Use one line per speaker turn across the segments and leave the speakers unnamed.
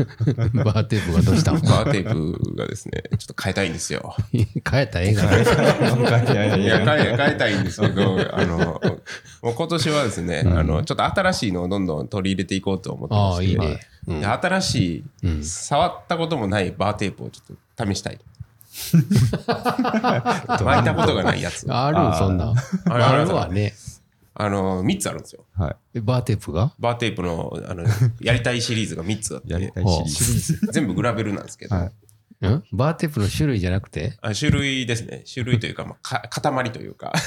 バーテープがどうしたの
バーテープがですね、ちょっと変えたいんですよ。
変えた映画だ
いや、
い
変え、変えたいんですけど、あの、もう今年はですね、あの、ちょっと新しいのをどんどん取り入れていこうと思ってま
あ
し
あ、
て
いいね。
で新しい、触ったこともないバーテープをちょっと試したい。巻いたことがないやつ。
あるそんな。
ある
あるわね。
あの、3つあるんですよ。
は
えバーテープが
バーテープの、あの、やりたいシリーズが3つあっ
い。やり
て
た、いシリーズ。
全部グラベルなんですけど、
はい
んバーテープの種類じゃなくて
あ種類ですね。種類というか、まあ、か塊というか、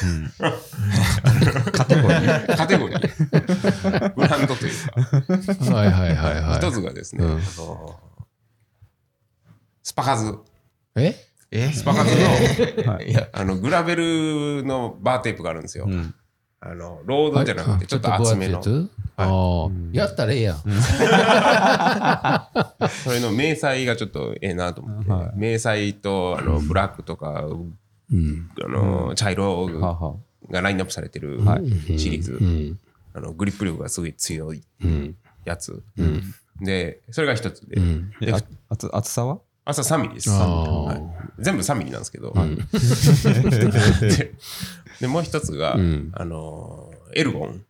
カテゴリー。
カテゴリー。ブランドというか。
はいはいはいはい。
一つがですね、
うん
あのスパカズ
え
え
スパカズの,、
はい
あのグラベルのバーテープがあるんですよ、
うん。
あのロードじゃなくてちょっと
あ
厚めの
ちょっと分厚いやつああ、やったらええやん。
それの迷彩がちょっとええなと思って、
は
迷彩とあのブラックとか、
うん。
あの茶色
はあは
がラインナップされてる
はい
シリーズ、
うん。
あのグリップ力がすごい強い
うん。
やつ、
うん。
でそれが一つで、
うん。
あ。えあ厚厚さは
朝3ミリです、
ああ
はい全部3ミリなんですけど、で でもう一つが、
うん
あのエルゴン、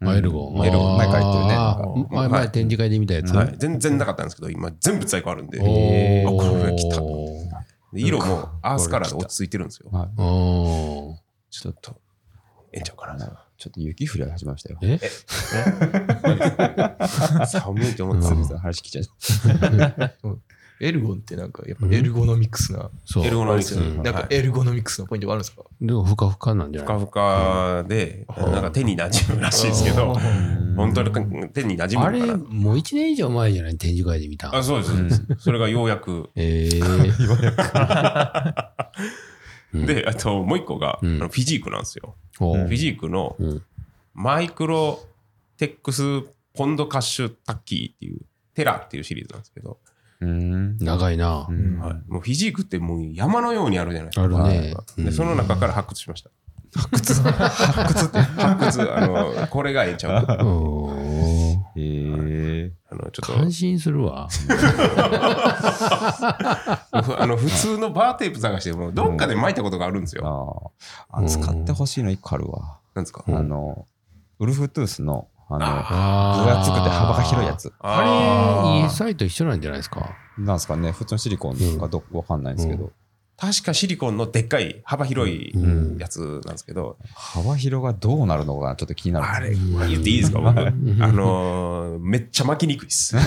あエルゴン。
エルゴン前書いてるね
ああ
うん
前、前展示会で見たやつ。
はい、全然なかったんですけど今全部在庫あるんで
お
あこれ来た
お。
で色もアースカラーで落ち着いてるんですよ
はい。
おー
ちょっとええんちゃうかな
ちょっと雪降り始めましたよ。
え
寒いと思って
す
た
みま
んで
すせん、話聞いちゃった。
エルゴンってなんか、やっぱエルゴノミクスな、
そう。
エルゴノミクス
うん
なんかエルゴノミクスのポイントがあるんですか
でもふかふかなんじゃ
ふ
ない
かふかでなんか手に馴染むらしいですけど本当に手に馴染
あ
む
れ、
のかな
もう1年以上前じゃない展示会で見た。
あそうですそうですそれがようやく
え ー、
であともう一個があ
うん
のフィジークなんですよ
お
フィ
う
ジークの
うん
マイクロテックスポンドカッシュタッキーっていうテラっていうシリーズなんですけど
うん。
長いな。
はい、もうフィジークってもう山のようにあるじゃないですか。
あるね
はい
うん
でその中から発掘しました。発掘発掘って発掘あの、これがええんちゃうか
おー
へえ。
あの、ちょっ
感心するわ。
と、ふあの、普通のバーテープ探しても、どっかで巻いたことがあるんですよ。
ああ。あ、使ってほしいの一個あるわ。
なんですか
あの、ウルフトゥースの、あの、
あー
分厚くて幅が広いや。つ。
あれ、
あ
家サイト一緒なんじゃないですか。
なんすかね、普通のシリコンかどうかわかんないんですけど、
ー確かシリコンのでっかい、幅広い
ん
やつなんですけど、
幅広がどうなるのかな、ちょっと気になる。
あれ、言っていいですか僕あのー、めっちゃ巻きにくいっす。
でし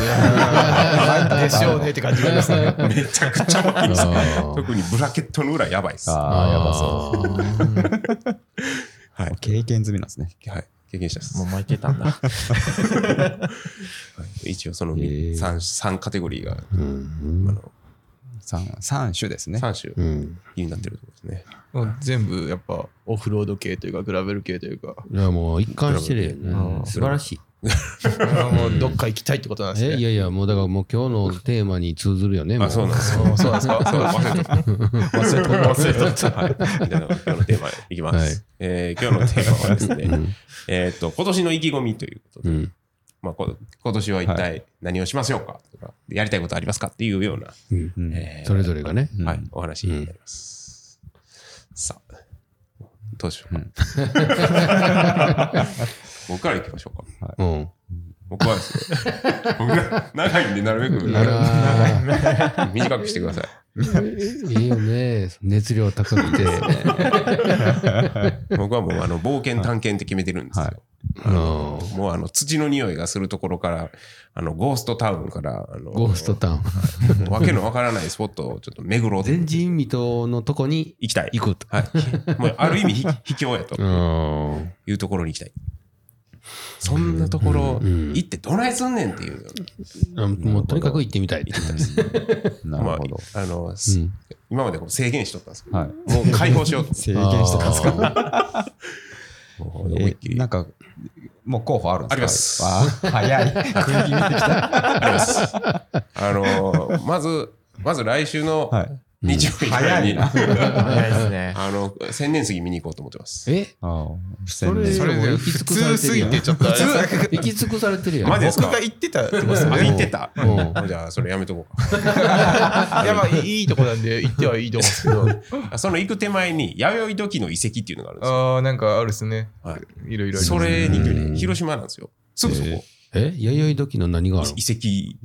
ょうねって感じがありま すね。
めちゃくちゃ巻きにくいっす。
あ
特にブラケットの裏やばいっす。は
ああ、やばそ
そう。
い。
う。経験済みなんですね。
はい、経験者です。
う巻いてた んだ。
一応その
へー
3, 三カテゴリーが
うん
あの
三三種ですね。
3
う
種
ん。
になってるところですね。
全部やっぱオフロード系というか、グラベル系というか、
いや、もう一貫してるよ
う
ね。
ん
素晴らしい。
もうどっか行きたいってことなんです
え、い
ね。
やいや、もうだからもう今日のテーマに通ずるよね。も
あ、そうなんですよ。
そうそうなんですか
そう忘れた。忘れた。忘れた。はい。じゃあ今日のテーマいきます。
はい
えー今日のテーマはですね、えーっと、今年の意気込みということで、
うん
まあ、こ今年は一体何をしましょうかとか、やりたいことありますかっていうような、
うん
うん
えー
それぞれがね。
はい、お話になります。さあ、どうしようか。 僕から行きましょうか。
うん。
僕はですね、僕が長いんで、なるべく
なる
短くしてください。
いいよね。熱量高くて。
僕はもうあの冒険探検って決めてるんですよ。
はい
あの
もうあの土の匂いがするところから、あのゴーストタウンから、あの
ゴーストタウン。
わけのわからないスポットをちょっと巡ろうと
前人未到のとこに
行きたい。
行くと。
はい。もうある意味ひ 秘境やと
うん。
いうところに行きたい。そんなところ行ってどないすんねんっていう。
もうとにかく行ってみたい。
な
ま
る
あ
ほど。、
あの、す
うん
今までこう制限しとったんですけど、
はい。
もう解放しよう と。
制限してたんですか。
もう思いっき
え
り。
なんか、もう候補あるんですか
あ
ま
り
す。あ早 い。食い気味できた。
あのーまず、まず来週の
はい
うん
日曜日ぐらいに、
早
早いですね。
あの、千年杉見に行こうと思ってま す。
え
ああ、
それ
それ
もう
で
行き
普
尽くされ
通
て
す
るや
ぎ
ん
てちょっとあれ
行き尽くされてるやん。
マジです
僕
か
が言ってたってことです
あ、
ね
行ってた
うん
じゃあ、それやめとこう
いやまあいいとこなんで行ってはいいと思うんですけ
か。その行く手前に、弥生土器の遺跡っていうのがあるんで
ど。ああなんかあるですね。
はい
いろいろあります
すよ。それに
うん
広島なんですよ。すぐそこ。
え弥生時の何があるの
遺跡。
遺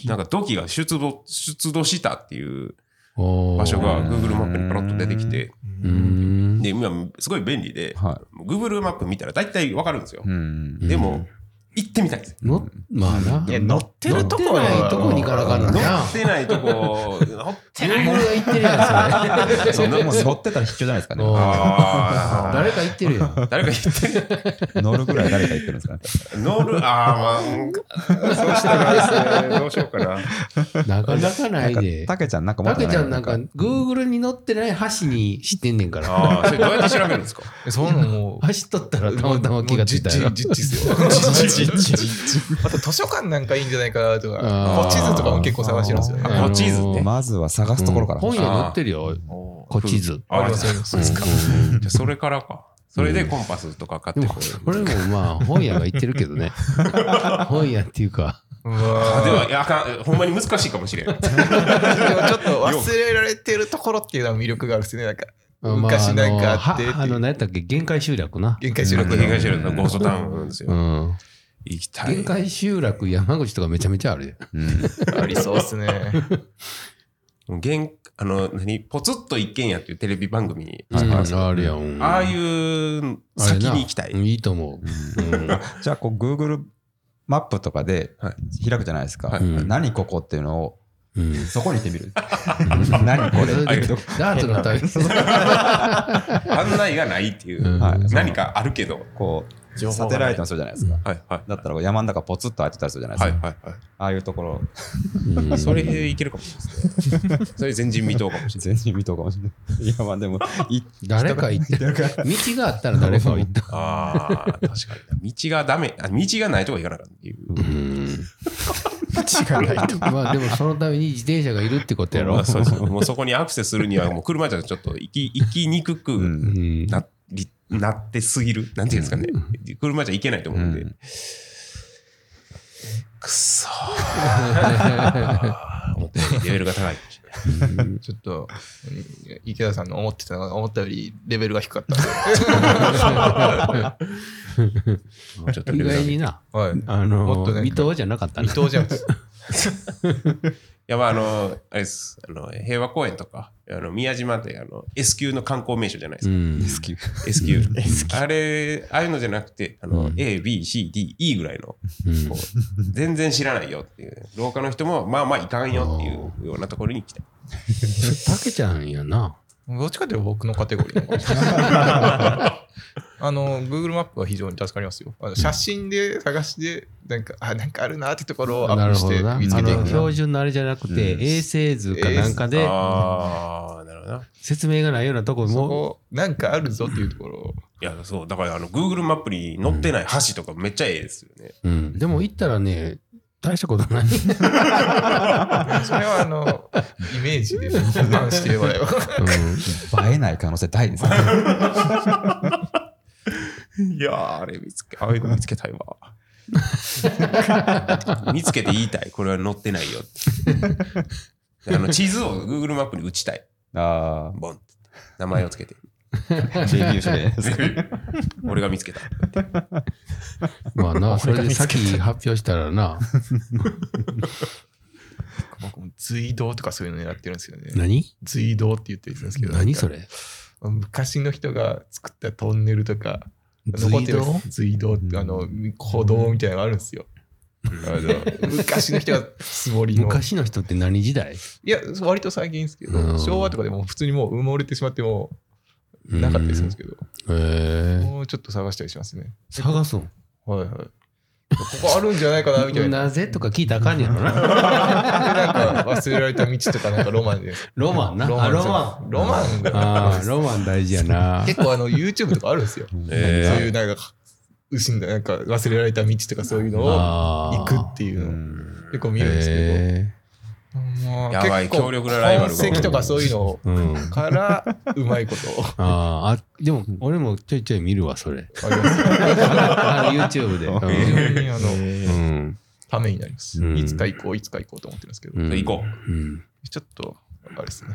跡
なんか土器が出土、出土したっていう
場
場所が
うん
Google マップにパラッと出てきて、
うーん。
で、今すごい便利で、
は
Google マップ見たら大体わかるんですよ
い。う。ん。
で
う
も、行ってみたいです。
のまあな。
いや乗ってるとこ
乗ってないとこに行かなあかんの
乗
にな
っ。てない とこ、乗って
自
ない
分が行ってるやん、それ。
そもう沿ってたら必要じゃないですかね。
あ
あ
誰か行ってるやん。
ー誰か言ってる
乗るぐらい誰か言ってるんですかね。
乗る、ああ、まあうん、そうしたらですね、どうしようかな。
なかなかないで。
たけちゃんなんか持
た
って
け
ない
ちゃんなんか、Google に載ってない橋にしてんねんから。
ああ、それどうやって調べるんですか
そういう のもう。
橋取ったらたまたま気がついた
も
や
うじじじっちっすよ。 あと図書館なんかいいんじゃないかなとか、
あー
こう地図とかも結構探してるんですよね。
あこっち図ね
まずは探すところから。
本屋載ってるよ、こ地図。
ありま
りますす
よ
あります
じゃあそれからか。それでコンパスとか買っ
で
て
も
こ
これもまあ本屋が言ってるけどね本屋っていうか
う
あ
わ
で
ー
は、いやあかん、ほんまに難しいかもしれん。
でもちょっと忘れられてるところっていうのは魅力があるですね。なんか昔なんかあってって
まああのはあの何やったっけ限界集落な
限界集落の
限界集落のゴーストタウンなんです
う
よ。
ん
行きたい
限。界集落山口とかめちゃめちゃあるで
うん
ありそうですね。
限あの、何ポツッと一軒家っていうテレビ番組
う
知って
ん
ます
あるやん
ああいう
あれ
先
な
に行きたい。
うんいいと思ううん
じゃあこう Google マップとかで
は
開くじゃないですか、
はい
何ここっていうのを
うん
そこに行ってみ る何こ
それ
れ
でダーツの旅
案内がないっていうう。
ん
はい
何かあるけど。
こ
情
う
報
サ
がない
テライトもするじゃないですか、
はいはい。
だったらこう山の中ポツッと開いてたりするじゃないです
は
か、
いはいはい。
ああいうところ
うん
それで行けるかもしれないですね。それ全人未到かもしれな
全
い。
然見とうかもしれないいやまあでもい
誰か行って道があったら誰かは行った
ああ、確かに。道がダメ、あ道がないとこ行かなかったっていう。
うん
違うないと。
まあでもそのために自転車がいるってことやろ
あそうそうもうそこにアクセスするには、もう車じゃちょっと行 き行きにく
う
く
うんん
な,、りなってすぎる。なんていうんですかね。車じゃ行けないと思うんで。
う
くそー。思ったよりレベルが高い。
ちょっとうん池田さんの思ってたのが思ったよりレベルが低かったんで。
もうちょっとレ
意
ベル
外
が高い。い
にな
はい。
あの
もっとなんか
水戸じゃなかったね
伊藤じゃん。は
や、まあ、あの、あれです。あの、平和公園とか、あの、宮島って、あの、S 級の観光名所じゃないですか。
ん
S 級
S 級。あれ、ああいうのじゃなくて、あの、A、B、C、D、E ぐらいの、
うん
こう全然知らないよっていう、廊下の人も、まあまあいかんよっていうようなところに来たい。
たけちゃんやな。
どっちかというと僕のカテゴリーの方かもしれないあの、Google マップは非常に助かりますよ。あの写真で探して、なんか、あ、なんかあるなってところをア
な
ッ
る
プし
ほ
て
どな。あ
見つけていく
の
な。
標準のあれじゃなくて、
うん
衛星図かなんかで
ああ、なるほどな。
説明がないようなとこ
そ
も。
こ、なんかあるぞっていうところを。
いや、そう、だからあの、Google マップに載ってない橋とかめっちゃええですよね。
うんでも行ったらね、大したことない。
それはあの、イメージで判断してもらえば。
映えない可能性大ですね
いやー、あれ見つけ、ああいうの見つけたいわ。見つけて言いたい。これは載ってないよって。あの、地図を Google マップに打ちたい。
あ
ボンって。名前をつけて。
あレビューして
俺が見つけた。
うんまあな、それで先発表したら な、
僕も随道とかそういうの狙ってるんですよね。
何
随道って言ってるんですけど。
何そ
れ
れ
昔の人が作ったトンネルとか、残
随
ってる
道
随道って、あの、歩道みたいなのがあるんですよ。あの昔の人が素掘りの。
昔の人って何時代
いや、割と最近ですけ
う
ど、
ん
昭和とかでも普通にもう埋もれてしまってもうなかったりするんですけど、
うんへえ
もうちょっと探したりしますね。
探すん。
はいはい。ここあるんじゃないかなみたいな。
なぜとか聞いたらあかんやろ な。
なんか忘れられた道とかなんかロマンで。
ロマンな。あロマン。
ン。ロマン
あ
が。
ーロマン大事やな。
結構あの YouTube とかあるんですよ。そうい
え
うなんか、失んだ、なんか忘れられた道とかそういうのを
あー
行くっていうのを結構見るんですけ
へ
ど。まあー
やばい
結構
強力なライバルが
痕跡とかそういうの
うん。
からう まいことを
あーあ、でも俺もちょいちょい見るわ、それ。
ありますね
あ YouTube で。
非常にあの
うん。
ためになります
うん
いつか行こういつか行こうと思ってるんですけど
うん
行こ
う
う。
ん。
ちょっとあれですね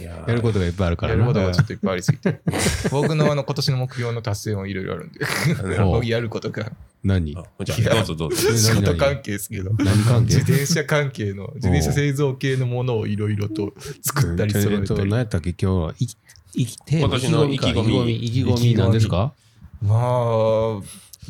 いや
やることがいっぱいあるか
や
ら
る
な
ことがちょっといっぱいありすぎて僕のあの今年の目標の達成もいろいろあ るんで
ほう
やることが
何
あじゃあどうぞどうぞ。
何
仕事関係ですけど
何関係
自転車関係の自転車製造系のものをいろいろと作ったり揃
え
え
ーと
たり
何やったっけ今日は。い生きて
今年の意気込み
意気込み意気込みなんですか
まあ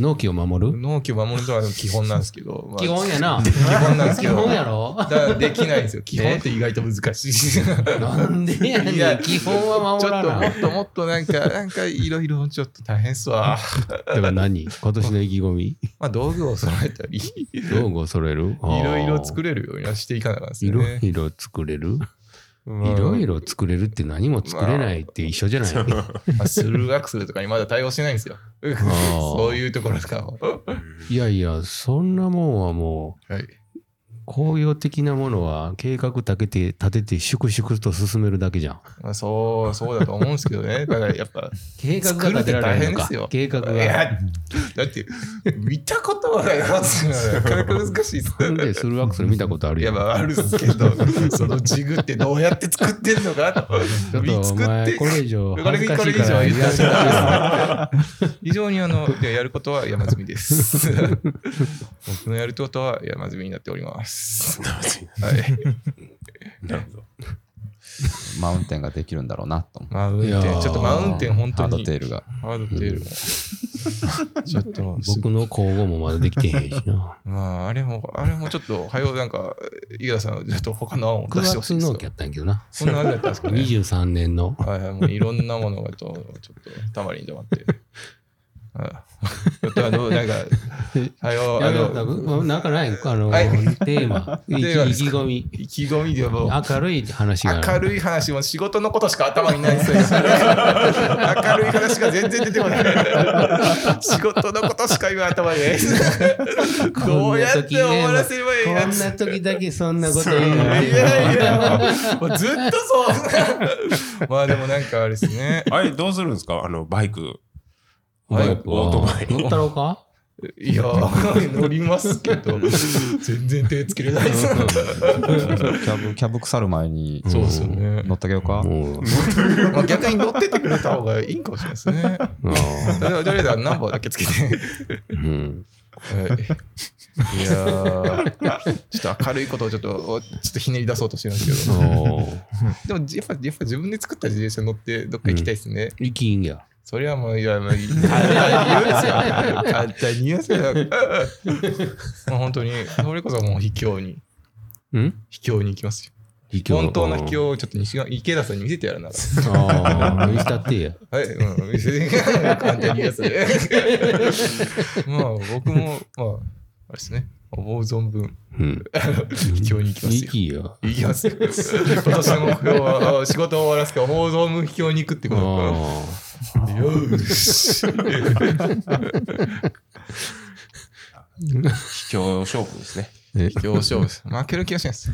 納期を守る
納期を守るのは基本なんですけど、まあ
基本やな。
基本なんですけ
基
ど
本やろ
だからできないんですよ基本って意外と難しいちょっ
なんでや
い
ね
や
ん。基本は守ら
とも
ない。
っともっとなんかなんかいろいろちょっと大変 っすわ
だから何今年の意気込 み
まあ道具を揃えたりい
道具を揃える
ろいろ作
る。
れるようにはしていかなあかんです
い
よ
ろ
ね
いろ作れる
まあ
いろいろ作れるって何も作れないって一緒じゃない、
まあスルーアクセルとかにまだ対応してないんですよそういうところとかも
いやいや、そんなもんはもう、
はい
工業的なものは計画立てて、立てて、粛々と進めるだけじゃん。
まあ、そう、そうだと思うんですけどね。だからやっぱ、
計画が立てられないのか
作るっ。
計画
い
が。
や、だって、見たことはないやつなかなか難しいっす
なん
ね。
でスルーアクセル見たことある
いや、
やん。
まあ、あ るっすけど、そのジグってどうやって作ってんのかと。
ちょっとお
作っ
前、
て
これ以上
これ、
恥ずか
こ
し
れ
い
以
か
上
ら
言
言い
っ
出
たら
せない
ダメです。非常にあの、いややることは山積み です。僕のやることは山積みになっております。はい。
なるほど
マウンテンができるんだろうなと思う
マウンテン、
い
ち
やー
ょっとマウンテン本当
ハード
に。
テールが。
ハードテールも。ちょっと、
僕の口語もまだできてへんし な。
まあ、あれも、あれもちょっと、はよ、なんか、井田さん、ちょっと他の案を
9
出してほし
月
いです
納
よ
期やったんやけどな。
そんなあれだったんですかね。
23年の。
はいはい、もういろんなものがと、ちょっと、たまりに止まって。 はいちょっと、あの、なんか、はよ、あ
やめような
の、
んかなんかないあの、
はい
テーマ、意
テーマです
気
か
込み。
意気込みでもう、
明るい話がある。
明るい話も仕事のことしか頭にないです よ。明るい話が全然出てこない。仕事のことしか今頭にないです。どうやって終わらせればいい
こ
や
ん
つ。
な時だけそんなこと
い
言うの
やいやいや、もうずっとそう。まあでもなんかあれですね。
あれ、どうするんですかあの、バイク。
はい
オートバイ。
乗ったろうか
いや、 乗りますけど、 全然手つけれないです。
キャブ、キャブ腐る前に、
そうっ
すよね
乗ってあげようか。
うん
まあ逆に乗ってってくれた方がいいかもしれないですね。とりあえずとりあえずはナンバーだけつけて。はい
うん
いやーちょっと明るいことをちょっと、ちょっとひねり出そうとしてるんですけど。でもやっぱ、やっぱ自分で作った自転車乗ってどっか行きたいですね。
生きいいんや。
それはもう、いや、もう、簡単に言うんですよ。簡単に言うんですよ。まあ本当に、それこそもう秘境に、
うん
秘境に行きますよ。
秘境
本当の秘。境をちょっと西側池田さんに見せてやるなら。
ああ、見したってや。
はい、うん、見せて簡単に言うやつで。まあ僕も、まあ、あれですね、思う存分、
うん。
秘境に行きます
生
よ。
きいいや。
行きますよ。今年の目標は、あ仕事を終わらすから、思う存分秘境に行くってことかな。
あ
よし。
秘境勝負ですね。
行勝負です。負ける気がしないです。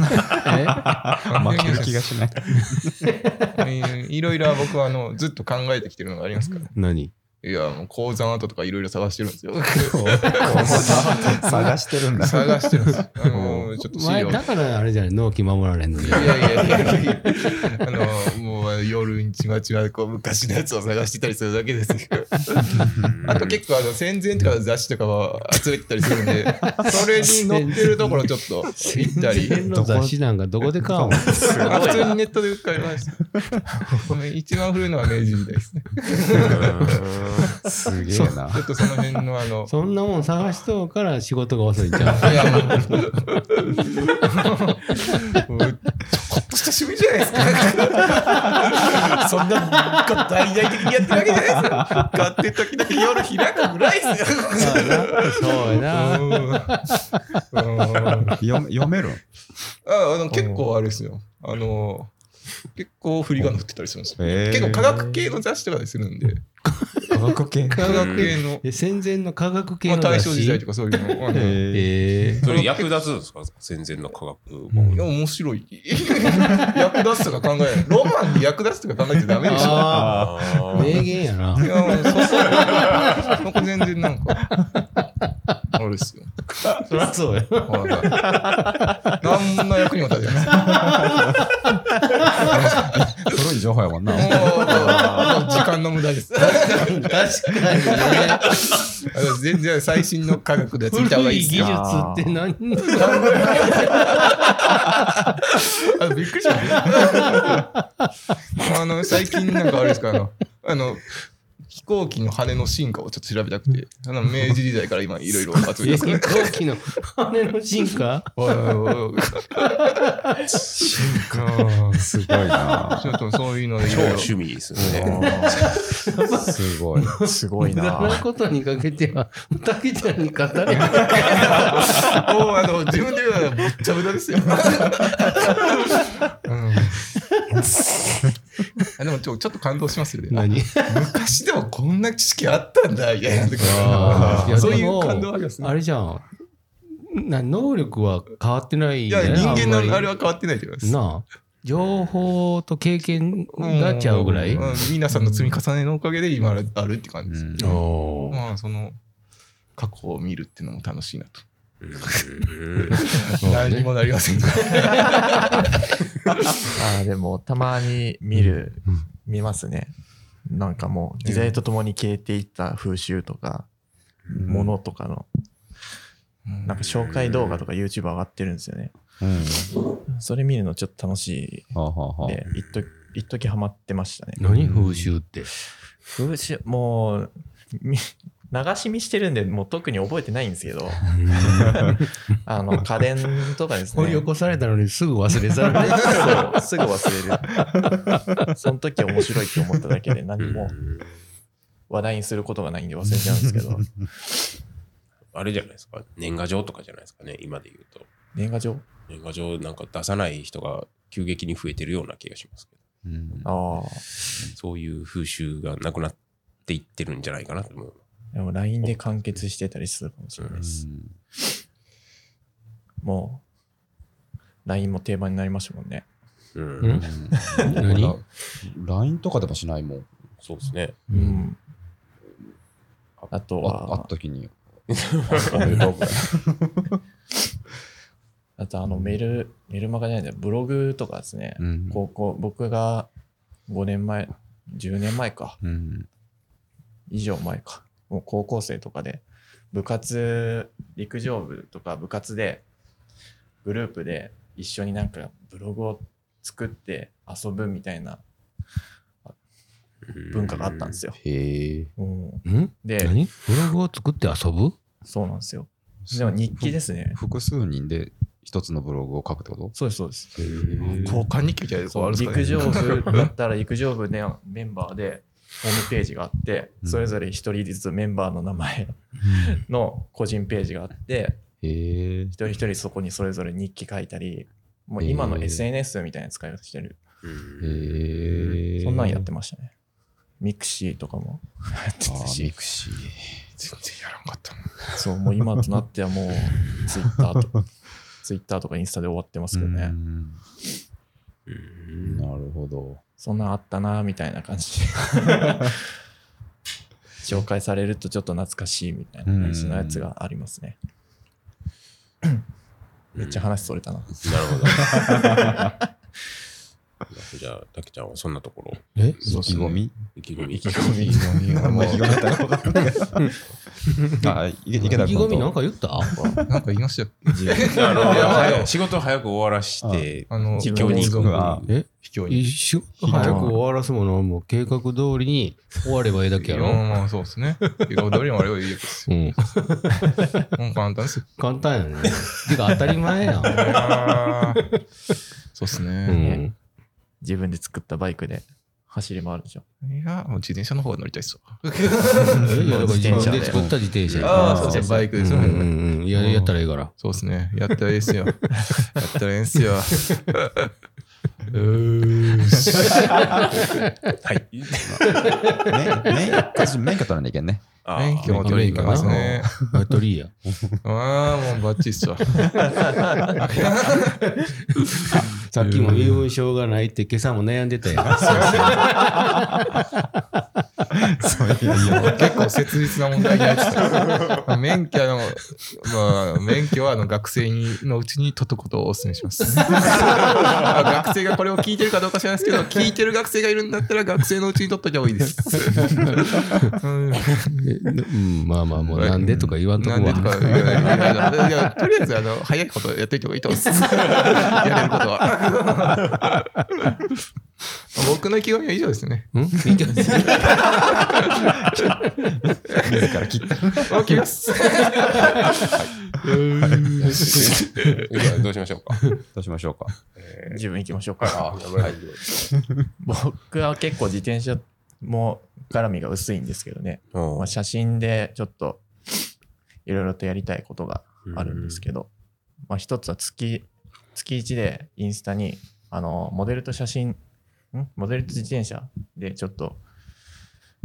あ。
負
負ける気がしない。
うんいろいろ僕はあのずっと考えてきてるのがありますから。
え何
いや、もう鉱山跡とかいろいろ探してるんですよ。
探してるんだ。
探して るんです。あのちょっと資
前
料。い
だからあれじゃない、納期守られんのに。
やいやいやいやあのもう夜にちまちまこう昔のやつを探してたりするだ けですよ。あと結構あの戦前とかの雑誌とかは集めてたりするんで、 それに載ってるところちょっと行ったり。
全の雑誌なんかどこで買 うの
あ普通にネットで買いました。一番古いのは明治時代ですね。
すげえな
ち。ょっとその辺のあの。
そんなもん探しとうから仕事が遅いんちゃう
いや、もう。もうちょこっとした趣味じゃないですか。そんな、大々的にやってるわけじゃないですよ。勝手時々夜開くぐらいですよ。
そうやな。
うんうん
読め読め るん
ああの結構あれですよ。あの、結構振りが乗ってたりするんですよ。
へえ
結構科学系の雑誌とかでするんで、
科学系
科学系の、
え戦前の科学系
まあ、
の
大
雑
正時代
誌
とかそういうの。うん
え
え
それ役立つんですか戦前の科学
ー
いや面白い。 役立つとか考えない。ロマンに役立つとか考えちゃダメでしょ。
あ
あ
あ
ー
名言やない
や、もうそうそう。なんか全然なんか。あれですよ。
そりゃそうや
ほら。何の役にも立てない。
ー古い情報やもんな。
もう あと時間の無駄です。
確かにね
あの全然最新の科学のやつ見た方が
古
いい
い
で
技
す
術
よ。
って何
あびっくりした。あの最近なんかあれですかあのあの飛行機の羽の進化をちょっと調べたくて、あの明治時代から今いろいろ集めてます。
飛行機の羽の進化
おいおいおいおい
進化。すごいな
ち。ょっとそういうのでい
超
ろいろ。
趣味ですよね。
すごい。
すごい
無駄な
な。
ことにかけては、たけちゃんに語れない。
もうあの自分で言うのはぶっちゃぶだですよ。うんあでもちょちょっと感動しますよね。
何
昔でもこんな知識あったんだみたいなとか
あーいや
そうい
で
う
も
感動ありますね。
あれじゃん。な能力は変わってない
い
んだ
や
よね。
人間
ん
の
ま
あ
り
れは変わってないと思います。
なあ。情報と経験
うん
がちゃうぐらい。
ん皆さんの積み重ねのおかげで今あるあるって感じです。
うん
おー
まあその過去を見るっていうのも楽しいなと。
そうね
何にもなりませんが。
あーでも、たまに見る
うん、
見ますね。なんかもう、時代とともに消えていった風習とか、ものとかの、
うん
なんか紹介動画とか YouTube 上がってるんですよね。
うん。
それ見るのちょっと楽し
はあはあは
いんで、一時一時ハマってましたね。
何風習って。
風習、もう、み流し見してるんで、もう特に覚えてないんですけ ど、あの、家電とかですね。
掘り起こされたのにすぐ忘れざるね。
そう、すぐ忘れる。その時面白いって思っただけで何も話題にすることがないんで忘れちゃうんです けど、
あれじゃないですか。年賀状とかじゃないですかね。今で言うと。
年賀状
年賀状なんか出さない人が急激に増えてるような気がしますけど。
い。うん
ああ。
そういう風習がなくなっていってるんじゃないかなと思う。
でも LINE で完結してたりするかもしれないです。もう、LINE も定番になりましたもんね。
う。
うんん何
うん ?LINE とかでもしないもん。
そうですね。。
う
うんん。あと
ああ
は
っ、た時に。
あとあのメル、メルマガじゃないんだよブログとかですね。
うん
高校、僕が5年前、10年前か。
うん
以上前か。もう高校生とかで、部活、陸上部とか部活で、グループで一緒になんかブログを作って遊ぶみたいな文化があったんですすよ。
へえ。
うん
ん
で、
何ブログを作って遊ぶ
そうなんですよ。でも日記ですね。
複数人で一つのブログを書くってこと
そうです、そうです。
交換日記みたいなとこあるんですかね。
陸上部だったら陸上部でメンバーでホームページがあって、
うん
それぞれ一人ずつメンバーの名前の個人ページがあって、
へえ
一。人一人そこにそれぞれ日記書いたり、もう
へー
今の SNS みたいな使い方してる。
へえ。
そんなんやってましたね。ミクシーとかもやって
あ
た
ーミ
し、
クシー。
全然やらんかったな。
そう、もう今となって はもうツイッターと、ツイッターとかインスタで終わってますけどね。
うんなるほど。
そんなんあったなみたいな感 じで。紹介されるとちょっと懐かしいみたいな感じのやつがありますね。めっちゃ話それたな。
なるほど。じゃあ、たけちゃんはそんなところ、
え
意気込み
意気込み。
いいのに
あんまり意気
も
込みだったら分かんないけどあ、いけ
意
い
気
けた
込みなんか言った
うなんか言いましたよ。
あの
いや
早仕事を早く終わらして、
あの、
自
秘
分
境に行く。
は
え
秘境に。
一緒早く終わらすものはもう計画通りに終わればええだけや
い
ろ。
やまあそうですね。いや、どれもあればいいで す
う
よ。
ん。
もう簡単ですよ。
簡単やね。 てか当たり前やん。
そうで す
う
ね。
ん。
自分で作ったバイクで走り回るでしょ。
いや、もう自転車の方が乗りたいっすわ。
いやだから自
自転車
分
で
で作った自転車やから
あ
あ
あ、
ー
そう
そう
で
ですす
ね。バイクです
う
よ
んう
ね。
んうん。ややったらええから。
そうですね。やったらええっすよ。やったらええっすよ。
はい。
免許免許取らなきゃいけんね。
あ
免許も取りに行きますね。
バトリーや。
ああ、もうバッチリっすわ。
さっきも身分証がないって今朝も悩んでたやん。
そういう理由
結構切実な問題になってた。免許の、まあ、免許はあの学生にのうちに取っとくことをお勧めし ます。学生がこれを聞いてるかどうか知らないですけど、聞いてる学生がいるんだったら学生のうちに取っといた方がいい です。うん
うん、まあまあ、もうなんでとか言わんと
な
こ
んでと
は。
か言わないいやいやとりあえず あの早いことやっていた方がいいと思います。やれることは。 僕の意気込みは以上ですね。
うんいいけど
自ら切った。
OK です。
じゃあどうしましょうか。
どうしましょうか。
自分行きましょうか。
はい。
僕は結構自転車も絡みが薄いんですけどね。まあ、写真でちょっといろいろとやりたいことがあるんですけど、まあ、一つは月月1でインスタにあのモデルと写真んモデルと自転車でちょっと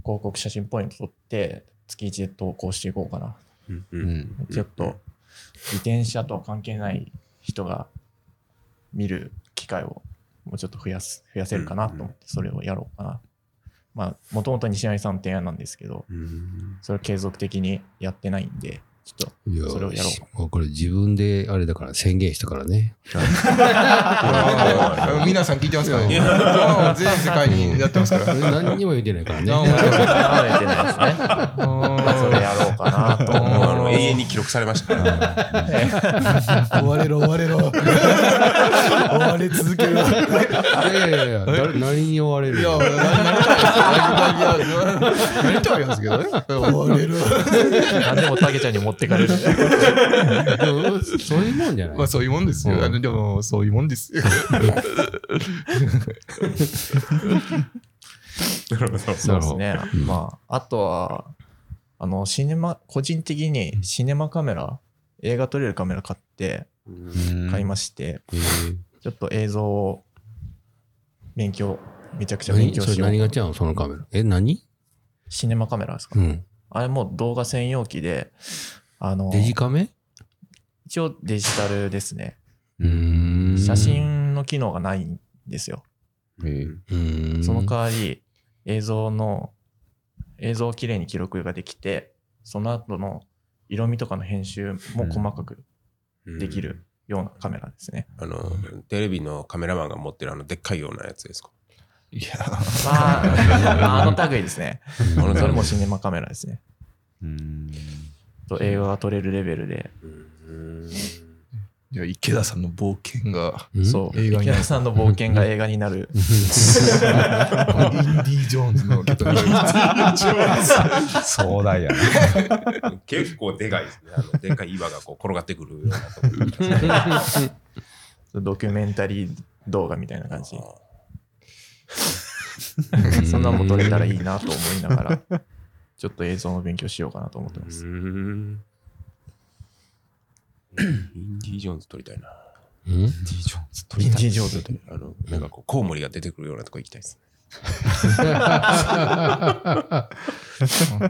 広告写真ポイント取って月1で投稿していこうかな
うん
う
う
んん
ちょっと自転車とは関係ない人が見る機会をもうちょっと増やす増やせるかなと思ってそれをやろうかな。まあもともと西成さんの提案なんですけど、
うん
それを継続的にやってないんで、ちょっ
いや
それをやろ
もうこれ自分であれだから宣言したからね。
あー皆さん聞いてますからね。もう全世界にやってますから。
何にも言ってないからね。
あー
と、離れてないですね。 それやろうかなと
もうあ
思う
の
の
永
で、
遠に記録されましたから。
追われろ、追われろ。追われ続ける。
いやいやいや、誰何に追われる
いや、
の
な りたいですけどね。
追われる。
何でもたけちゃんに持ってかれる。
うんそういうもんじゃない
まあそういうもんですよ。あのでもそういうもんですよ。
なるほど。
そうですね。まあ、あとは、あの、シネマ、個人的にシネマカメラ、映画撮れるカメラ買って、買いまして、
えー
ちょっと映像を勉強、めちゃくちゃ勉
何
強
それ
しよ
何が違
う。
うのそのカメラ。え、何
シネマカメラですか
うん。
あれもう動画専用機で、あの、
デジカメ
一応デジタルですね。
うーん
写真の機能がないんですよ。
うーん
その代わり映像の映像をきれいに記録ができてその後の色味とかの編集も細かくできるようなカメラですね。
あの、テレビのカメラマンが持ってるあの、でっかいようなやつです か。
いや、
まあ、あの類ですね。
あの
それもシネマカメラですね。
うん
と映画が撮れるレベルで、
うん
じゃあ池田さんの冒険が、
うん
そう、
映画になる
池田さんの冒険が映画になる。
インディ・ジョーンズの結構
壮大やな。
結構でかいですね。あのでかい岩がこう転がってくるようなところ
ドキュメンタリー動画みたいな感じ。
うん
そんなのも撮れたらいいなと思いなが ら、ちょっと映像の勉強しようかなと思ってます。
うんインディ・ジョーンズ撮りたいな。
うん
インディ・ジョーンズという
あの、なんかこう、コウモリが出てくるようなとこ行きたいですね。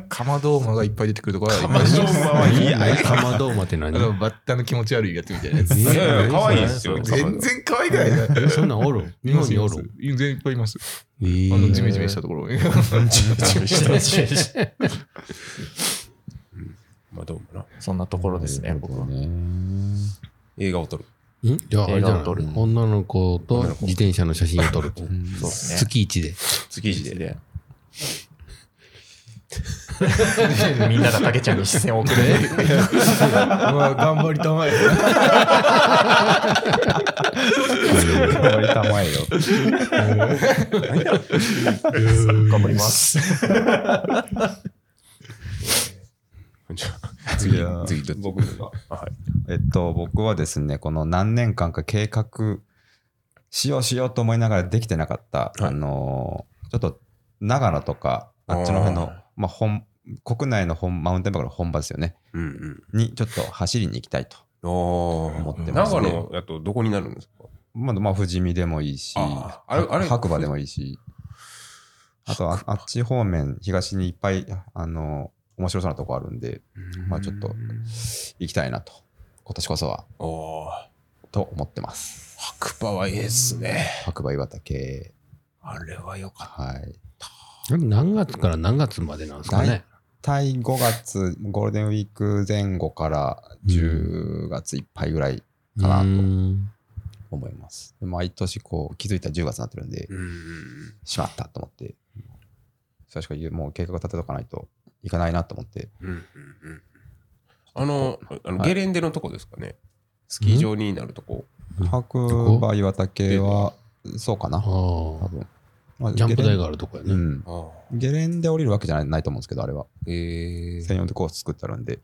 カマドーマがいっぱい出てくるところはいっぱい
マはいいや。
何かまどうまって何
あのバッタの気持ち悪いやつみたいなやつ。
え
いやいや、可愛いですよ。
全然可愛くないな。
そんなんおる日本にお
います
る
全然いっぱいいます。
え
あ
ー
の、ジメジメしたところ。
まあ、どうもな。
そんなところですね、僕は。
映画を撮る。
んじゃああれじゃ
映画を撮
な
る
い女の子と自転車の写真を撮ると
そうですね。
月一で
月一で。
みんながたけちゃんに視線を送る。
まあ、頑張りたまえ。
終わりたまえよ。
頑張ります。
じゃあ
いや
次、次、僕が。あはい。
えっと、僕はですね、この何年間か計画しようしようと思いながらできてなかった、
はい
あのーちょっと長野とか、あっちの辺の
あ、
まあ、本国内の本マウンテンバイクの本場ですよね、
うん
にちょっと走りに行きたいと
うん。お
思って
ー。
ます
長
ね
野だとどこになるんですか
まあ、まあ、富士見でもいいし、
あーあれあれ
白馬でもいいし、あとあ、あっち方面、東にいっぱい、あの、面白そうなとこあるんで、まあちょっと行きたいなと、今年こそは、
おー
と思ってます。
白馬はいいっすね。
白馬岩岳、
あれはよかっ
はい。
何月から何月までなんですかね。
大体5月、ゴールデンウィーク前後から10月いっぱいぐらいかな
う
と
ーん
思います。で毎年こう気づいたら10月になってるんで
た。、うん。
しまったと思って、最初から言うもう計画立てとかないといかないなと思って、
うんうんうんあの、あの
はい
ゲレンデのとこですかね。スキー場になるとこ。
白馬岩岳は、そうかな、多
あ
分。まあ
あ。ジャンプ台
ゲ
があるとこや
レンう
ね。
ん。
あ
ゲレンデ降りるわけじゃないないと思うんですけど、あれは。
あ。えー。
専用でコース作ってあるんで。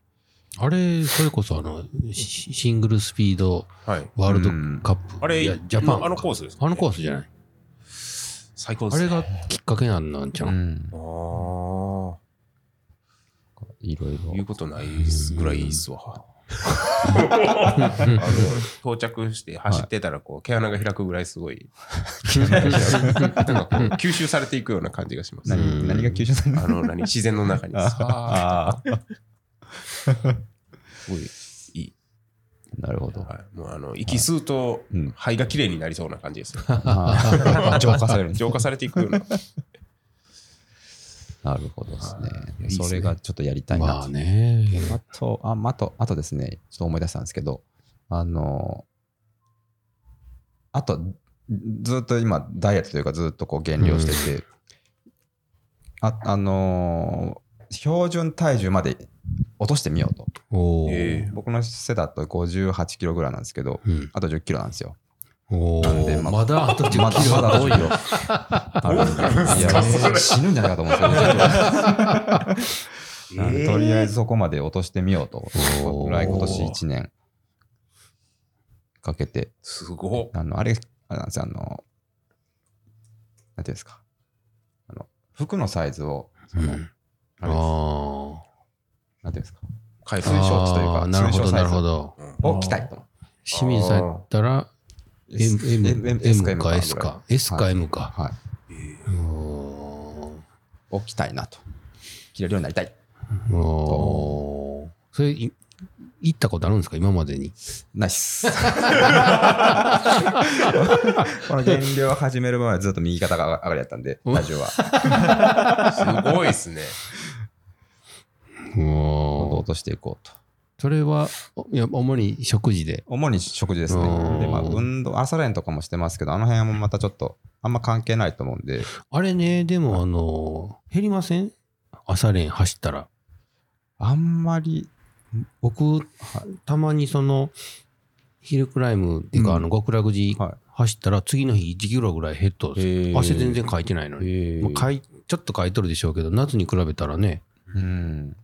あれ、それこそあの、シシングルスピード
はい。
ワールド
うん
カップ。
あれ、
いやジャパン
の
か。
あのコースですか
あのコースじゃない。
最高で
あ
すね。
れがきっかけなんなんちゃ
う
うん
ん
ああ。
いろいろ。
言うことないぐらいいいっすわ。
うん
あの到着して走ってたらこう毛穴が開くぐらいすごいなんかこう吸収されていくような感じがします。
うん
何何が急所さん
あの何自然の中にさ
ああ、
すごいいい。
なるほど。
はい、もうあの息吸うと
うん。
肺がきれいになりそうな感じですよ。
ああ浄化されるんです
浄化されていく ような。
なるほどです
は
ね
いいい。っすね
それがちょっとやりたいなと
まあね。
あと、あ、まああと、あとですね、ちょっと思い出したんですけど、あの、あと、ずっと今、ダイエットというか、ずっとこう減量してて、ああのー標準体重まで落としてみようと。
おー
え
僕の背だと58キロぐらいなんですけど、
うん
あと10キロなんですよ。
お
なんで
ー
まあ
まだあと10キロ
まだまだ多い よ。あるいや、死ぬんじゃないかと思うんですけど、なんとりあえずそこまで落としてみようと、
おー
ぐらい今年1年かけて、
すごっ。
あの、あれ、あれなんですよ、あの、なんていうんですか、あの服のサイズを、その、
うん
あれです
あ
なんていうんですか、
回
あ。
数
通称値というか
あーなるほ
通
ど、
称サ
な
イズ
るほど。
を着たいと思
清水さんやったら、
う。
M, M, M,
S M
か S か。S か M か。
はい。
お
を着たいなと。着れるようになりたい。
ーおー。それ、い行ったことあるんですか今までに。
ナイス。この減量を始める前はずっと右肩が上がりだったんで、体重は。
すごいですね。
今度落
おー
としていこうと。
それは、おいや主に食事で。
主に食事です
うん
ね。で、まあ、運動、朝練とかもしてますけど、あの辺もまたちょっと、あんま関係ないと思うんで、
あれね、でも、あの、減りません朝練走ったら。
あんまり、
僕、たまにその、ヒルクライムっていうか、
うん
あの極楽寺
は
走ったら、次の日1キロぐらい減ったんですよ汗全然かいてないのに。
い。
まあかいちょっとかいとるでしょうけど、夏に比べたらね、
うん。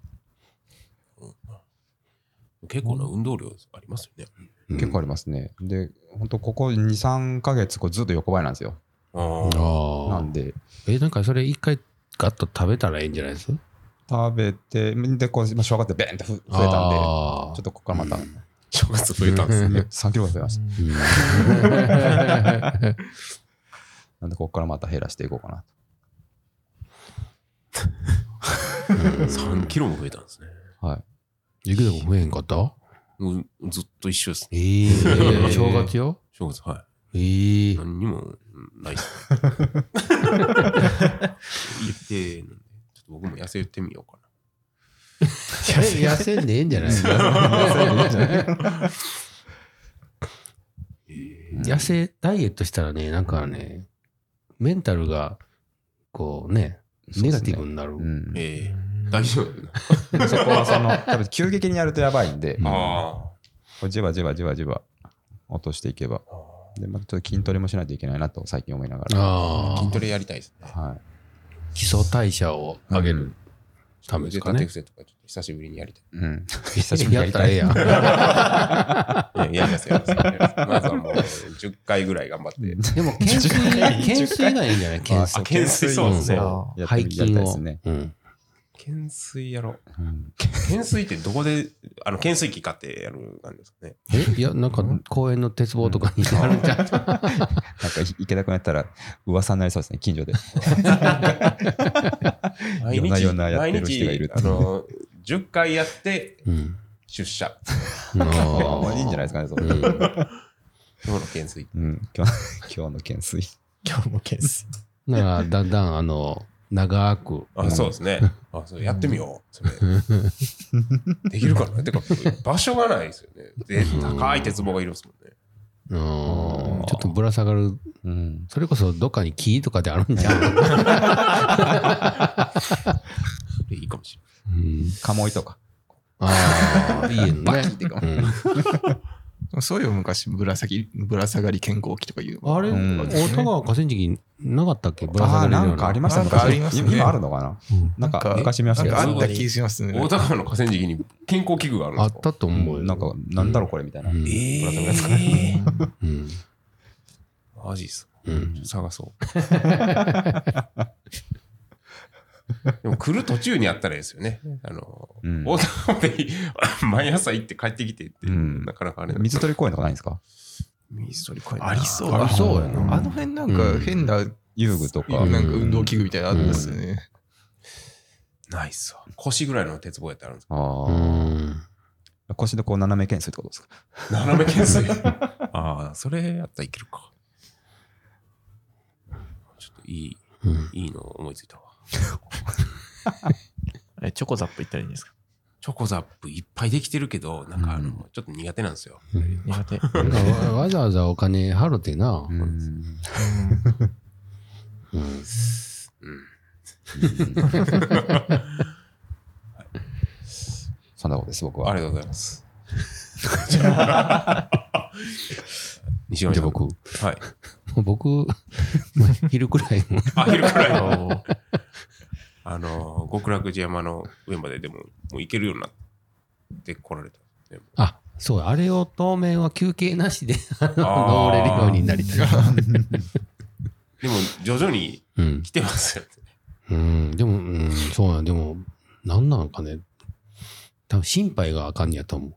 結構な運動量ありますよね。
うん
結構ありますね。で、本当ここ2、3ヶ月、こうずっと横ばいなんですよ。
ああ。
あ
な
あ
んで、
えなんかそれ一回ガッと食べたらいいんじゃないですか
食べて、で、こう、まあ、正月でベーンと増えたんで、ちょ
あ
っとここからまた、
正月増えたんですね。
3キロぐらい増えました。
あと、
なんで、ここからまた減らしていこうかな
3キロも増えたんですね。
と。はい。
雪でも増えへんかった
もうずっと一緒ですね。
ええ
ー
正月よ
正月、は
ええ
い。何にもないっすね。言って、ちょっと僕も痩せてみようか
痩せんでええんじゃない痩せダイエットしたらねなんかねメンタルがこうねネガティブになる
うん
な。ええ大丈夫
そこ はその、多分急激にやるとやばいんで、
うん
あ
こうじわじわじわじわ落としていけば。で、まあ、ちょっと筋トレもしないといけないなと最近思いながら。
あ。
あ
筋ト
あ
レやりたいですね。
はい。
基礎代謝を上げるためです
腕
か
立て
ね
伏せとかちょっと久しぶりにやりたい。
うん。
久
久
し
し
ぶり
ぶり
や
や
っ
り
たら
た
ええや
い
ん。
いややりますやりますやります。まずはもう10回ぐらい頑張って。
でも、懸垂、懸垂がいいんじゃない懸
あ
垂。
懸垂そうですね
ん
やっ
背
てみ
筋
やりたいで
を
すね。
うん。
懸懸垂やろう。
うん
懸垂ってどこで、あの、懸垂器買ってやる感じですかね。
えいや、なんか公園の鉄棒とかにあるんじゃん。
なんかい行けなくなったら噂になりそうですね、近所で。
毎日、
夜な夜なや
毎
ってる人がいる
日
って、
あの、10回やって
うん。
出社。
な
あ
あ
あいいんじゃないですかね、それ。
うん
今日の懸垂。
うん、今日今日の懸垂。
今日もケース。
だから、だんだん、あの、長く。
あ、そうですね。あ、そうやってみよう。そ れできるかなてか、場所がないですよね。で、高い鉄棒がいるんですもんね。
うんちょっとぶら下がる。
うん、
それこそ、どっかに木とかであるんじゃん。
でいいかもしれ
うん
鴨居とか。
ああ、いいよね。
そういう昔、ぶら下ぎ、ぶら下がり健康器とかいう
うん。あれ、
うん
大田川河川敷なかったっけぶら下が
ああ、
りの
な
ようん
かありました
なんかありましたね
今あるのかな、
うん
なんか昔見ましたけど、
な
なんん
か
か
あった気しますね。
ない。大田川の河川敷に健康器具があるん
あ
です
っ
か
たと思うよ。
なんかなんだろうこれみたいな。
うん
え
え
うん。
マジっすか
うん。
探そう。でも来る途中にあったらいいですよね。あの、
うん
大田原で 毎朝行って帰ってきてって、
うん
なかなかね、
水鳥公園とかないんですか
水取り来いな
ありそう。
ありそうや
うん
な。
あの辺なんか変な、
遊具とか。
なんか運動器具みたいなのあったんですよね。
ないっすわ。腰ぐらいの鉄棒やってあるんです
ああ
う、ん。
腰のこう斜め懸垂ってことですか
か斜め懸垂。 ああ、それやったらいけるか。ちょっといい、
うん
いいの思いついたわ。
あれチョコザップ行ったらいいんですか
チョコザップいっぱいできてるけど、なんかあの、ちょっと苦手なんですよ。
苦手。
なんかわわざわざお金払ってな。
うん
うん
うん。
そんなことです、僕
あ
は。
りがとうございます。西上
じゃあ
さん。
僕、も
はい。
う僕、 昼くらいの
あ、昼くらいの、あの、極楽寺山の上まででも、もう行けるようになって来られた。でも
あ、そう、あれを当面は休憩なしであの
あ
登
ー
れるようになりたい。
でも徐々に
うん
来てますよね。
うん、でも、うん、そうなん、でも、なんなのかね。多分心配があかんやと思う。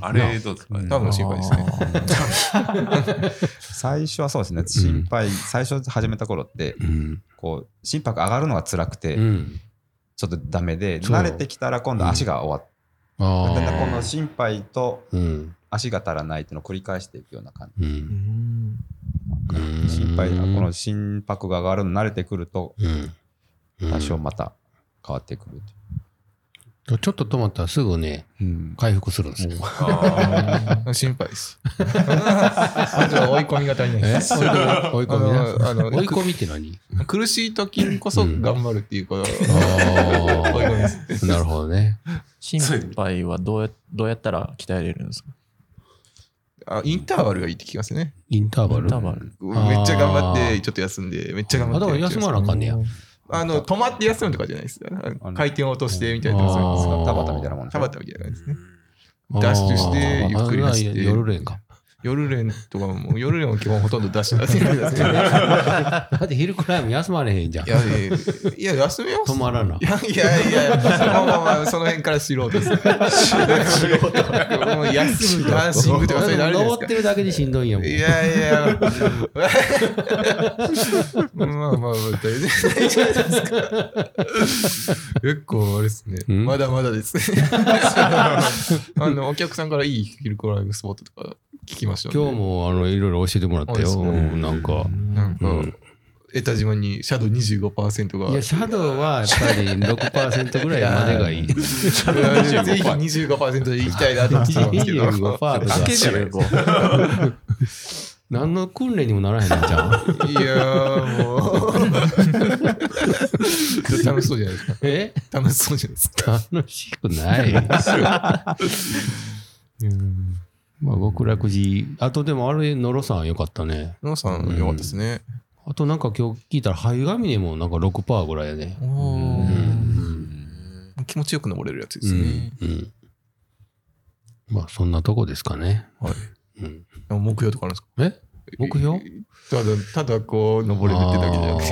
あれ、どうですか
うん
多分心配ですね。
最初はそうですね、心配、最初始めた頃って、
うん。
こう、心拍上がるのが辛くて、
うん。
ちょっとダメで、
そう
慣れてきたら今度足が終わって、
あ
だんだんこの
あ。
心配と
うん。
足が足らないっていうのを繰り返していくような感
う。
うんん
うん
じ。心配、この心拍が上がるの慣れてくると、
うん。
多少
うん
また変わってくる
ちょっと止まったらすぐね、
と。うん
回復するんですよ。
あ
心配です。あじゃあ追い込みが足りない
え
です。
追い込み追い込みな
あのあの
追い込みって何
苦しい時こそ頑張るっていうこと。
あ
追い込みです。
あ。なるほどね。
心配はどうやどうやったら鍛えれるんですか
あインターバルがいいって聞きますね。
インターバ
イン
ル
ターバル。
めっちゃ頑張って、ちょっと休んで、めっちゃ頑張
あ、
って。
だから休まなあかんねや。
あの、止まって休むとかじゃないです。あの回転を落としてみたいな、
あー
そういう
田畑みたいなもんでし
田
ょ
畑みたいな感じですね。
あー
ダッシュしてゆっくり走って
あ夜練 か。
夜練とかも、夜練は基本ほとんど出してないですけど。い
だって昼くらいも休まれへんじゃん。
や、いや、いや休みます。
止まらない
やいやいや、まあまあまあ、その辺から素人です。素人。もう休む、ダンシングとかそういうのあるじゃない
登
で
ってるだけでしんどいんやもん。
すか。いやいや。まあまあまあ、大丈夫大丈夫ですか。結構あれですね。
うん
まだまだですね。あの、お客さんからいいヒルコライブスポットとか聞きましたね。
今日もあのいろいろ教えてもらったよ。
そうですね
うんなんか。
なんか、
うん
江田島にシャドウ25%が。
いや、シャドウはやっぱり6%ぐらいまでがいい。
いやぜひ25%で行きたいなと思ってたんですけど。
25%とか。
ーだけじゃないですか。
何の訓練にもならへんのじゃん。
いやーもう。楽しそうじゃないですか。
え
楽しそうじゃないですか。
楽しくない。 まあ、極楽寺。あとでもあれ、野呂さんよかったね。
ノさん、良かったですね。
あとなんか今日聞いたら、灰紙でもなんか6%ぐらいやね。
お
う
ー
ん。
気持ちよく登れるやつで
う
す
ん
ね。。
うんまあ、そんなとこですかね。
はい。
うん。
目標とかあるんですか
え目標
ただ、ただこう、登れるってだけじゃなく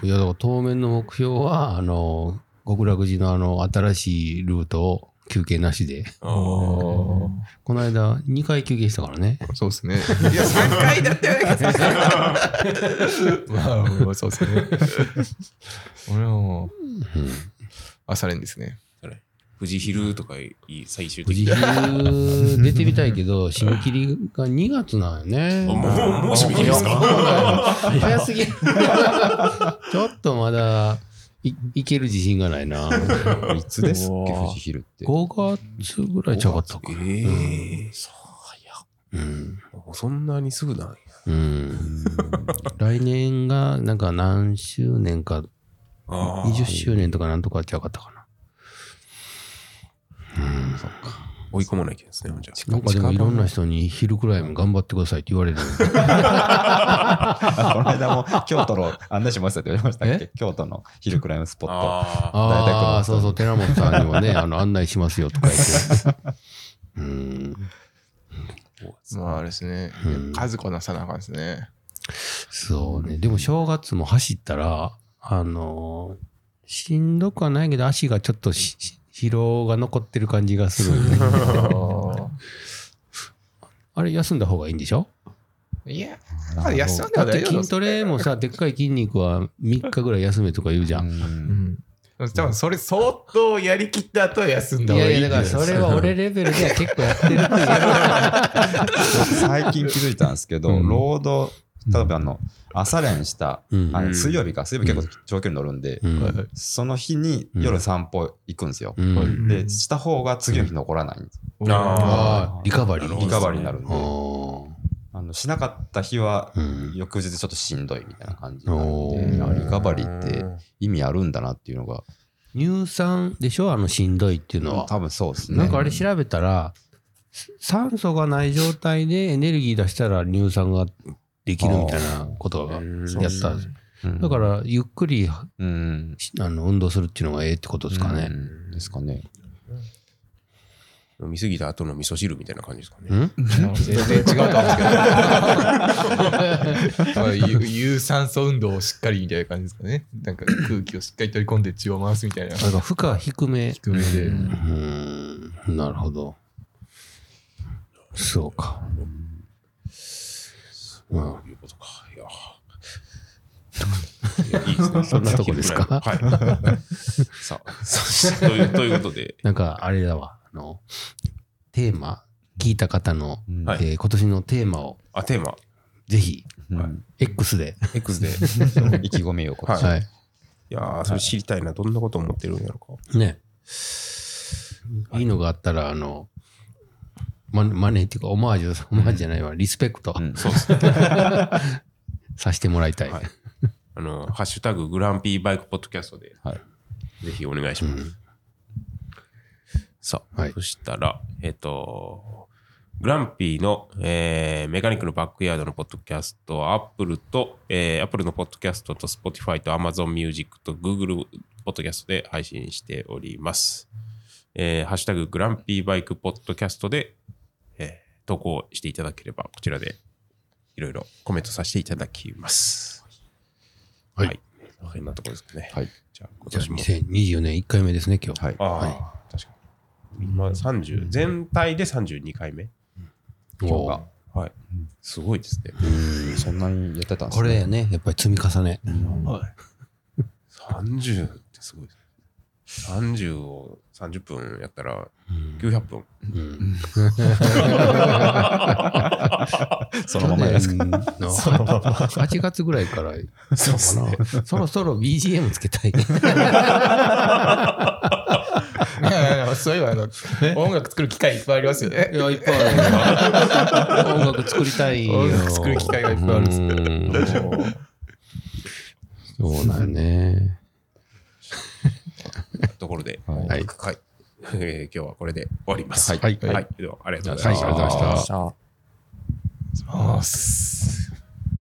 て。
いや、だから当面の目標は、あの、極楽寺のあの、新しいルートを休憩なしで。
あ
この間、2回休憩したからね。
そうですね。いや、3回だったよね。 まあ、まあそうですね。俺はもう、
うん。
朝練ですね。
ー富士ヒルとかいい最終
富
的
士
に。
昼出てみたいけ ど、締め切りが2月なんよね。
あもう、もう締め切りですか
早すぎる。 ちょっとまだい、いける自信がないな。
いつですっ
う
け、
わ
富士ヒルって。
5月ぐらいちゃうかったか
え
な。
えそ
うん。
うそんなにすぐなんや。
うん。来年が、なんか何周年か、
あ
20周年とかなんとかちゃうかったかな。
そっか。
追い込まなきゃですね、じゃ
なんかでもいろ んな人に昼クライム頑張ってくださいって言われる。
あこの間も京都の案内しますって言われましたっけ京都のヒルクライムスポット。
あ。あ
大体この
ああ、そうそう、寺本さんにはね、あの、案内しますよとか言って。うん。
まあ、あれですね
うん。
数こなさなあかんですね。
そうね。でも正月も走ったら、あのーしんどくはないけど、足がちょっとしし疲労が残ってる感じがする。 あれ、休んだ方がいいんでしょ
いや、
な
あ
るほど
休んで
だ
は
っ
大
て
丈
筋
夫なんですよ
トレもさ、でっかい筋肉は3日ぐらい休めとか言うじゃん。
うん
多分それ相当やりきった後は休ん
い
だ方が
や
いい
い
んじ
や、
ゃ
だから
ないです
それは俺レベルでは結構やってるっていう。
最近気づいたんですけど、
うん
労働、例えばあの、朝練した、
うん
あの水曜日か、水曜日結構長距離乗るんで、
うん
はいはい
その日に夜散歩行くんですよ。
うん
で、した方が次の日残らないんです。
ああ、リカバリー。
リカバリーになるんで
あ。ー
あのしなかった日は
うん
翌日ちょっとしんどいみたいな感じになる
お
んで、
ー
あリカバリーって意味あるんだなっていうのが、
乳酸でしょあのしんどいっていうのは。
多分そうですね。
なんかあれ調べたら、酸素がない状態でエネルギー出したら乳酸ができるみたいなことがやった。
うん
だから、ゆっくり
うん、
しあの運動するっていうのがええってことですかね
う。んですかね。
飲みすぎた後の味噌汁みたいな感じですか
う
ね。
ん
全然違うと思うんですけど まあ。有有酸素運動をしっかりみたいな感じですかね。なんか空気をしっかり取り込んで血を回すみたいな。
なんか負荷低め。
低めで。
うーん、なるほど。そうか。うん
ということか。いやー。いやいいですね。
そんなとこですか
はい。さあ、そしてというということで、
なんかあれだわ、あの、テーマ、聞いた方の、
うん
はい
えー今年のテーマを
あ、テーマ、
ぜひ
うん
はい
X で、
X で。い
意気込みをこっち
は
はい、
やー、それ知りたいな。どんなこと思ってるんやろか。
ね、いいのがあったら、あの、マネマネーっていうか、オマージュ、オマージュじゃないわ、リスペクト
うん
そうですね。
させてもらいたい。
はいあの、ハッシュタググランピーバイクポッドキャストで、
はい
ぜひお願いします。さあ、
はい
そしたら、えっ、と、グランピーの、えーメカニックのバックヤードのポッドキャストは、アップルと、えー、アップルのポッドキャストと、Spotify と Amazon Music と Google ポッドキャストで配信しております。えーハッシュタググランピーバイクポッドキャストで、えー投稿していただければ、こちらでいろいろコメントさせていただきます。
はい
こんなところですかね。
はい。
じゃあ、今
じゃあ、
年も。
2024年1回目ですね、今日。
はい。
ああ、
はい
確かに。まあ、30、全体で32回目。
今日が
お
はい。すごいですね。
そんなにやってたん
ー
です
これだ
ね
よね、やっぱり積み重ね。
30ってすごいですね。30を30分やったら
うん
900分。
うん
そのままです
去年の8月ぐらいから
そうです
かなそろそろ BGM つけたい。
いやいやいやそういえばあの音楽作る機会いっぱいありますよね
い。や、いっぱいあるよ音楽作りたいよ。
音楽作る機会がいっぱいあるんです
ですそうだよね。
ところで、
はい
はい
はい。えー今日はこれで終わります。
はい
はい
はい。では、ありがとうございました。
はいありがとうございました
さあ
あーす